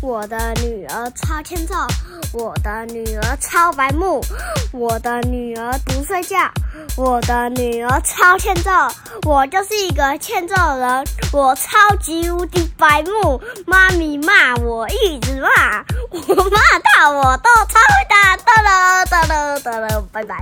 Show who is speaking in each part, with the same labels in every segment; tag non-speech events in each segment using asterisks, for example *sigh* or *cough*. Speaker 1: 我的女儿超欠揍，我的女儿超白目，我的女儿不睡觉，我的女儿超欠揍，我就是一个欠揍人，我超级无敌白目，妈咪骂我一直骂，我骂到我都超会打，哒了哒了哒了，拜拜。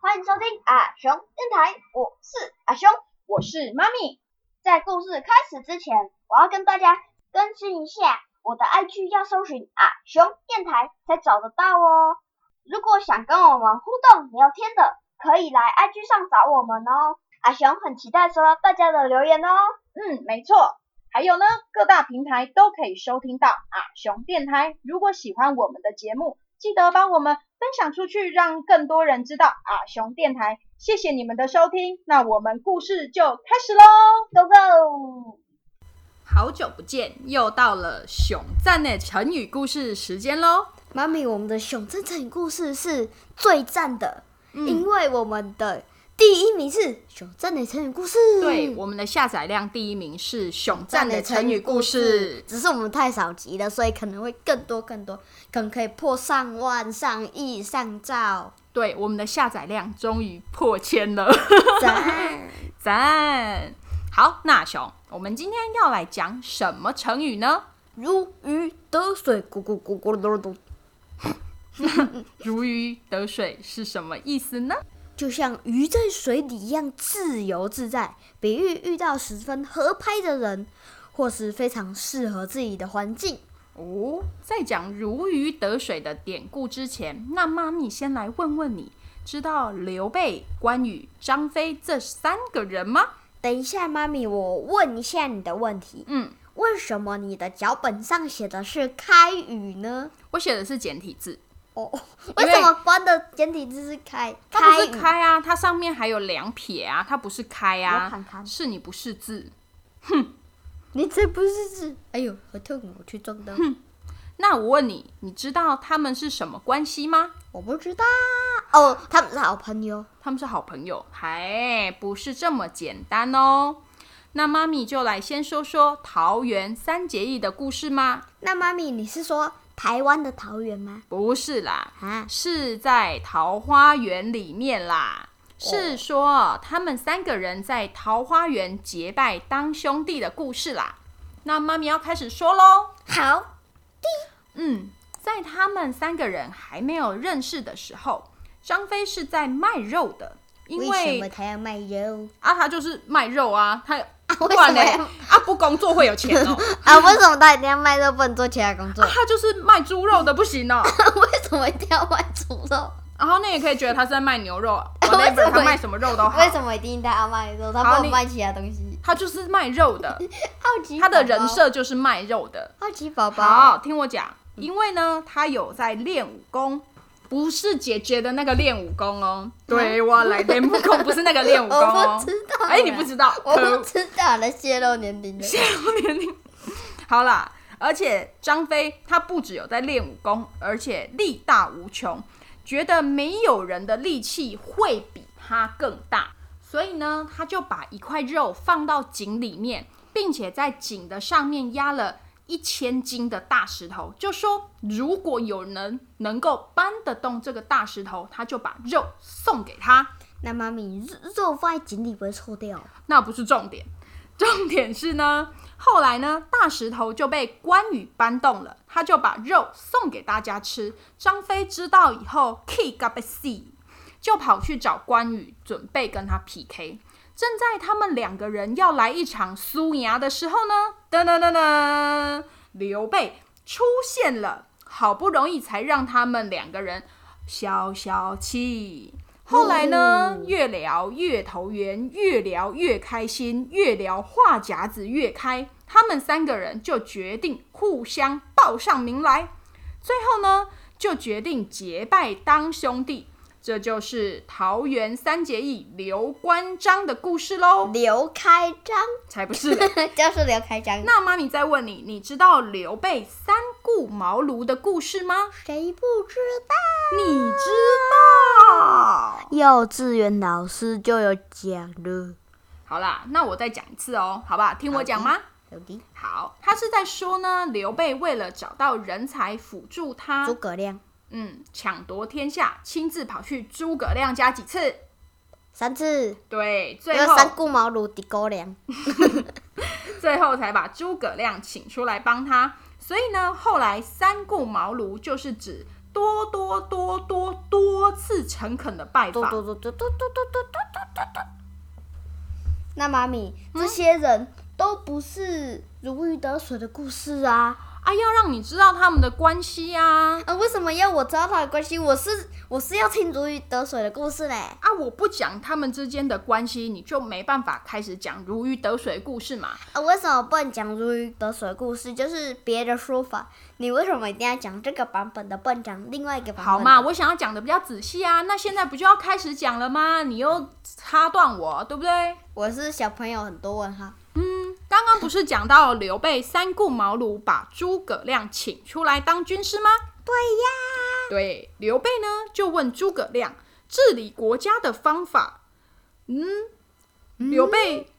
Speaker 2: 欢迎收听阿熊电台，我是阿熊，我是妈咪。在故事开始之前，我要跟大家更新一下我的 IG，要搜寻阿熊电台才找得到哦。如果想跟我们互动聊天的，可以来 IG 上找我们哦。阿熊很期待收到大家的留言哦。
Speaker 3: 嗯，没错。还有呢，各大平台都可以收听到啊熊电台。如果喜欢我们的节目，记得帮我们分享出去，让更多人知道啊熊电台。谢谢你们的收听，那我们故事就开始喽。
Speaker 2: Go go！
Speaker 3: 好久不见，又到了熊赞的成语故事时间喽。
Speaker 1: 妈咪，我们的熊真成语故事是最赞的，
Speaker 3: 嗯
Speaker 1: 因为我们的第一名是熊赞的成语故事。
Speaker 3: 对，我们的下载量第一名是熊
Speaker 1: 赞
Speaker 3: 赞的
Speaker 1: 的
Speaker 3: 成
Speaker 1: 成
Speaker 3: 语
Speaker 1: 语
Speaker 3: 故
Speaker 1: 故
Speaker 3: 事
Speaker 1: 事，。只是我们太少集了，所以可能会更多更多，可能可以破上万、上亿、上兆。
Speaker 3: 对，我们的下载量终于破千了。 *laughs*
Speaker 1: 赞！
Speaker 3: 赞。好，那熊，我们今天要来讲什么成语呢？
Speaker 1: 如鱼得水，咕咕咕咕噜噜噜，
Speaker 3: 如鱼得水是什么意思呢？
Speaker 1: 就像鱼在水里一样自由自在。比喻遇到十分合拍的人，或是非常适合自己的环境。
Speaker 3: 哦，在讲如鱼得水的典故之前，那妈咪先来问问你，知道刘备、关羽、张飞这三个人吗？
Speaker 1: 等一下，妈咪，我问一下你的问题：
Speaker 3: 嗯，
Speaker 1: 为什么你的脚本上写的是开语呢？
Speaker 3: 我写的是简体字，
Speaker 1: 哦，
Speaker 3: 因为
Speaker 1: 为什么关的简体字是开？
Speaker 3: 它不
Speaker 1: 语
Speaker 3: 是开啊，它上面还有两撇啊，它不是开
Speaker 1: 我
Speaker 3: 啊
Speaker 1: 看，看
Speaker 3: 是你不识字。
Speaker 1: 你这不是字？哎呦，好痛！我去撞灯，
Speaker 3: 那我问你，你知道他们是什么关系吗？
Speaker 1: 我不知道。哦，他们是好朋友。
Speaker 3: 他们是好朋友，还不是这么简单哦。那妈咪就来先说说桃园三结义的故事吗？
Speaker 1: 那妈咪，你是说台湾的桃园吗？
Speaker 3: 不是啦，
Speaker 1: 啊，
Speaker 3: 是在桃花源里面啦。是说他们三个人在桃花源结拜当兄弟的故事啦。那妈咪要开始说喽。
Speaker 1: 好，
Speaker 3: 嗯，在他们三个人还没有认识的时候，张飞是在卖肉的，因
Speaker 1: 为什么他要卖肉？ *coughs*
Speaker 3: 啊，他就是卖肉啊，他不
Speaker 1: 为
Speaker 3: 管嘞
Speaker 1: 什么
Speaker 3: 啊，不工作会有钱哦、
Speaker 1: 啊，为什么他一定要卖肉，不能做其他工作
Speaker 3: 啊，？他就是卖猪肉的不行
Speaker 1: *laughs*
Speaker 3: 哦、
Speaker 1: 为什么一定要卖猪肉？
Speaker 3: 然后那也可以觉得他是在卖
Speaker 1: *laughs*
Speaker 3: 牛肉啊
Speaker 1: 为什么
Speaker 3: ，whatever，他卖什么肉都好
Speaker 1: 为，什么一定他要卖肉？他
Speaker 3: 好
Speaker 1: 不能
Speaker 3: 你
Speaker 1: 卖其他东西？
Speaker 3: 他就是卖肉
Speaker 1: *laughs*
Speaker 3: 的，
Speaker 1: 好奇
Speaker 3: 他
Speaker 1: 宝
Speaker 3: 的
Speaker 1: 宝
Speaker 3: 人，设就是卖肉的。
Speaker 1: 好奇宝宝，
Speaker 3: 好，听我讲，因为呢，他有在练武功。不是姐姐的那个练武功哦，对我来练武功，不是那个练武
Speaker 1: *laughs*
Speaker 3: 功
Speaker 1: 我
Speaker 3: 哦
Speaker 1: 不。知道啦。
Speaker 3: 哎，你不知道，
Speaker 1: *laughs* 我
Speaker 3: 可恶
Speaker 1: 不知道了，泄露年龄了。
Speaker 3: 年龄。好啦，而且张飞他不只有在练武功，而且力大无穷，觉得没有人的力气会比他更大，所以呢，他就把一块肉放到井里面，并且在井的上面压了。一千斤的大石头，就说如果有人能够搬得动这个大石头，他就把肉送给他。
Speaker 1: 那妈咪肉肉放在井里不会臭掉？
Speaker 3: 那不是重点，重点是呢，后来呢，大石头就被关羽搬动了，他就把肉送给大家吃。张飞知道以后，K 嘎被戏，就跑去找关羽，准备跟他 PK。正在他们两个人要来一场苏牙的时候呢，噔噔噔噔，刘备出现了，好不容易才让他们两个人消消气。后来呢
Speaker 1: 哦，
Speaker 3: 越聊越投缘，越聊越开心，越聊话匣子越开。他们三个人就决定互相报上名来，最后呢，就决定结拜当兄弟。这就是桃园三结义刘关张的故事喽，
Speaker 1: 刘开张，
Speaker 3: 才不是
Speaker 4: *laughs*
Speaker 3: 嘞！
Speaker 1: 就是刘开张。
Speaker 3: 那妈咪再问你，你知道刘备三顾茅庐的故事吗？
Speaker 1: 谁不知道？
Speaker 3: 你知道？
Speaker 1: 幼稚园老师就有讲了。
Speaker 3: 好啦，那我再讲一次哦，好不好？听我讲吗？
Speaker 4: 有的，
Speaker 3: 好，他是在说呢，刘备为了找到人才辅助
Speaker 4: 诸
Speaker 3: 他，
Speaker 4: 葛亮
Speaker 3: 嗯，抢夺天下，亲自跑去诸葛亮家几次。
Speaker 4: 三次，
Speaker 3: 对，
Speaker 4: 有
Speaker 3: 最后
Speaker 4: 三顾茅庐的狗粮，
Speaker 3: 最后才把诸葛亮请出来帮他。所以呢，后来三顾茅庐就是指多多多多多次诚恳的拜
Speaker 4: 嘟嘟
Speaker 3: 访。
Speaker 4: 嘟嘟嘟嘟嘟嘟嘟。
Speaker 1: 那妈咪，这些人都不是如鱼得水的故事啊！
Speaker 3: 啊，要让你知道他们的关系呀、啊。
Speaker 1: 啊，为什么要我知道他的关系？我是我是要听如鱼得水的故事嘞。
Speaker 3: 啊，我不讲他们之间的关系，你就没办法开始讲如鱼得水的故事嘛。
Speaker 1: 啊，为什么不能讲如鱼得水的故事？就是别的说法，你为什么一定要讲这个版本的，不能讲另外一个版本？
Speaker 3: 好嘛，，我想要讲的比较仔细啊。那现在不就要开始讲了吗？你又插断我，对不对？
Speaker 1: 我是小朋友，很多问啊号。
Speaker 3: 嗯，刚刚不是讲到刘备三顾茅庐把诸葛亮请出来当军师吗？对呀。对，刘备呢就问诸葛亮治理国家的方法。嗯，刘备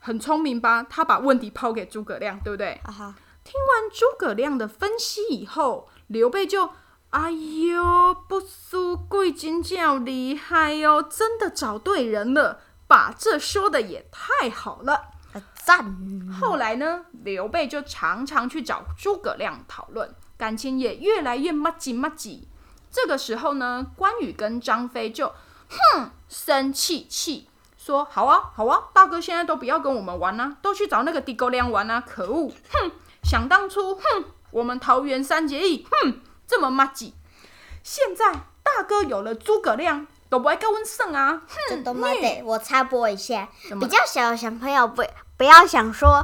Speaker 3: 很聪明吧？他把问题抛给诸葛亮，对不对？
Speaker 1: 啊哈，
Speaker 3: 听完诸葛亮的分析以后，刘备就哎呦，不输贵真叫厉害哦，真的找对人了，把这说的也太好了。
Speaker 4: 啊赞！
Speaker 3: 后来呢，刘备就常常去找诸葛亮讨论，感情也越来越麻吉麻吉。这个时候呢，关羽跟张飞就哼生气气，说：“好啊，好啊，大哥现在都不要跟我们玩啦、啊都去找那个地沟亮玩啦、啊可恶！哼，想当初，哼，我们桃园三结义，哼，这么麻吉，现在大哥有了诸葛亮，都不爱跟我们胜啊！哼，
Speaker 1: 这都没得，我插播一下，
Speaker 3: 怎么
Speaker 1: 比
Speaker 3: 了
Speaker 1: 较小的小朋友不不要想说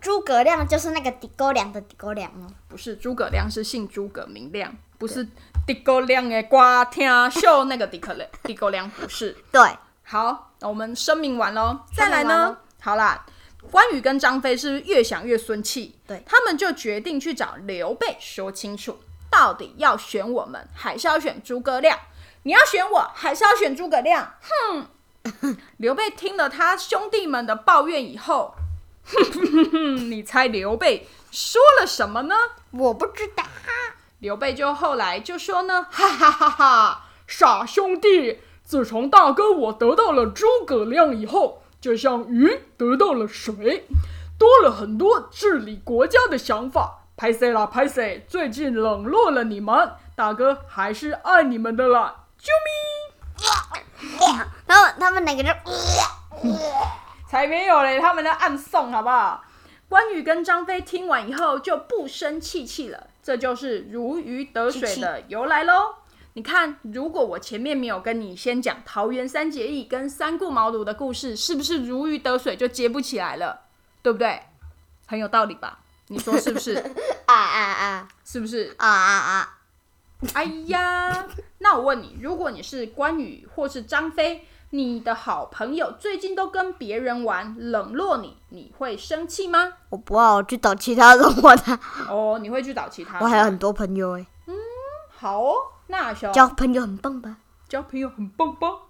Speaker 1: 诸葛亮就是那个地沟粮的地沟粮哦。
Speaker 3: 不是诸葛亮，是姓诸葛明亮，不是诸葛亮的瓜天秀那个诸葛亮， *laughs* 诸葛亮不是。
Speaker 1: 对，
Speaker 3: 好，那我们声明完喽。再
Speaker 1: 声明
Speaker 3: 来
Speaker 1: 完
Speaker 3: 呢
Speaker 1: 咯，
Speaker 3: 好啦，关羽跟张飞是不是越想越生气，
Speaker 4: 对
Speaker 3: 他们就决定去找刘备说清楚，到底要选我们还是要选诸葛亮？你要选我还是要选诸葛亮？哼！ *laughs* 刘备听了他兄弟们的抱怨以后， *laughs* 你猜刘备说了什么呢？
Speaker 1: 我不知道，
Speaker 3: 刘备就后来就说呢，哈哈哈哈，傻兄弟，自从大哥我得到了诸葛亮以后，就像鱼得到了水，多了很多治理国家的想法。拍谁啦，拍谁！最近冷落了你们，大哥还是爱你们的啦。救
Speaker 1: 然后他们两个就呃
Speaker 3: 命！才没有嘞，他们在暗送好不好？关羽跟张飞听完以后就不生气气了，这就是如鱼得水的由来喽。你看，如果我前面没有跟你先讲桃园三结义跟三顾茅庐的故事，是不是如鱼得水就接不起来了？对不对？很有道理吧？你说是不是？ *laughs*
Speaker 1: 啊啊啊
Speaker 3: 是不是？
Speaker 1: 啊啊啊！
Speaker 3: 哎呀，那我问你，如果你是关羽或是张飞，你的好朋友最近都跟别人玩，冷落你，你会生气吗？
Speaker 4: 我不要我去找其他人
Speaker 1: *laughs*
Speaker 4: 玩啊，
Speaker 3: 哦，你会去找其他人？
Speaker 4: 我还有很多朋友
Speaker 1: 欸
Speaker 4: 哎，
Speaker 3: 好哦，那小
Speaker 4: 交朋友很棒吧？
Speaker 3: 交朋友很棒棒。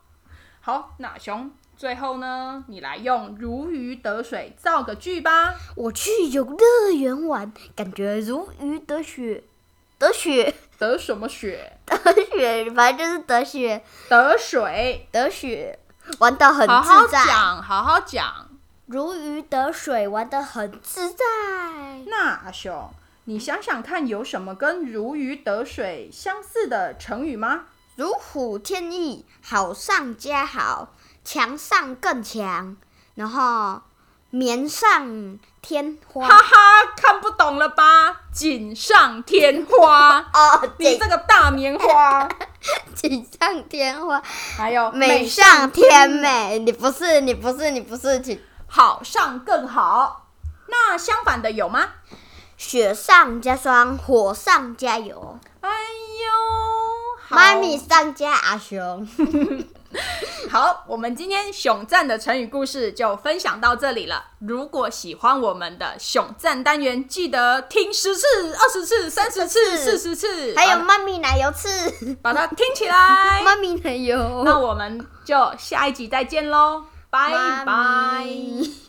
Speaker 3: 好，那熊，最后呢，你来用如鱼得水造个句吧。
Speaker 4: 我去游乐园玩，感觉如鱼得雪，
Speaker 1: 得雪 *laughs*
Speaker 3: 得什么水？
Speaker 1: 得雪，反正就是得雪
Speaker 3: 得水。
Speaker 1: 得雪，玩的很
Speaker 3: 好好
Speaker 1: 自在，
Speaker 3: 讲，好好讲。
Speaker 1: 如鱼得水，玩的很自在。
Speaker 3: 那阿雄，你想想看，有什么跟如鱼得水相似的成语吗？
Speaker 1: 如虎添翼，好上加好，强上更强，然后棉上添花。，
Speaker 3: 哈哈，看不懂了吧？锦上添花 *laughs*
Speaker 1: 哦，
Speaker 3: 你
Speaker 1: 锦
Speaker 3: 这个大棉花，
Speaker 1: *laughs* 锦上添花，
Speaker 3: 还 *laughs* 有
Speaker 1: 美上添美。你不是，你不是，你不是，请
Speaker 3: 好上更好。那相反的有吗？
Speaker 1: 雪上加霜，火上加油，
Speaker 3: 哎呦，好
Speaker 1: 妈咪上加阿雄。
Speaker 3: 好，我们今天熊赞的成语故事就分享到这里了。如果喜欢我们的熊赞单元，记得听十次、二十次、三十次、四十次，
Speaker 1: 还有妈咪奶油翅，
Speaker 3: 把它把它听起来。
Speaker 1: 妈咪奶油，
Speaker 3: 那我们就下一集再见喽，拜
Speaker 1: 妈
Speaker 3: 拜。
Speaker 1: 咪。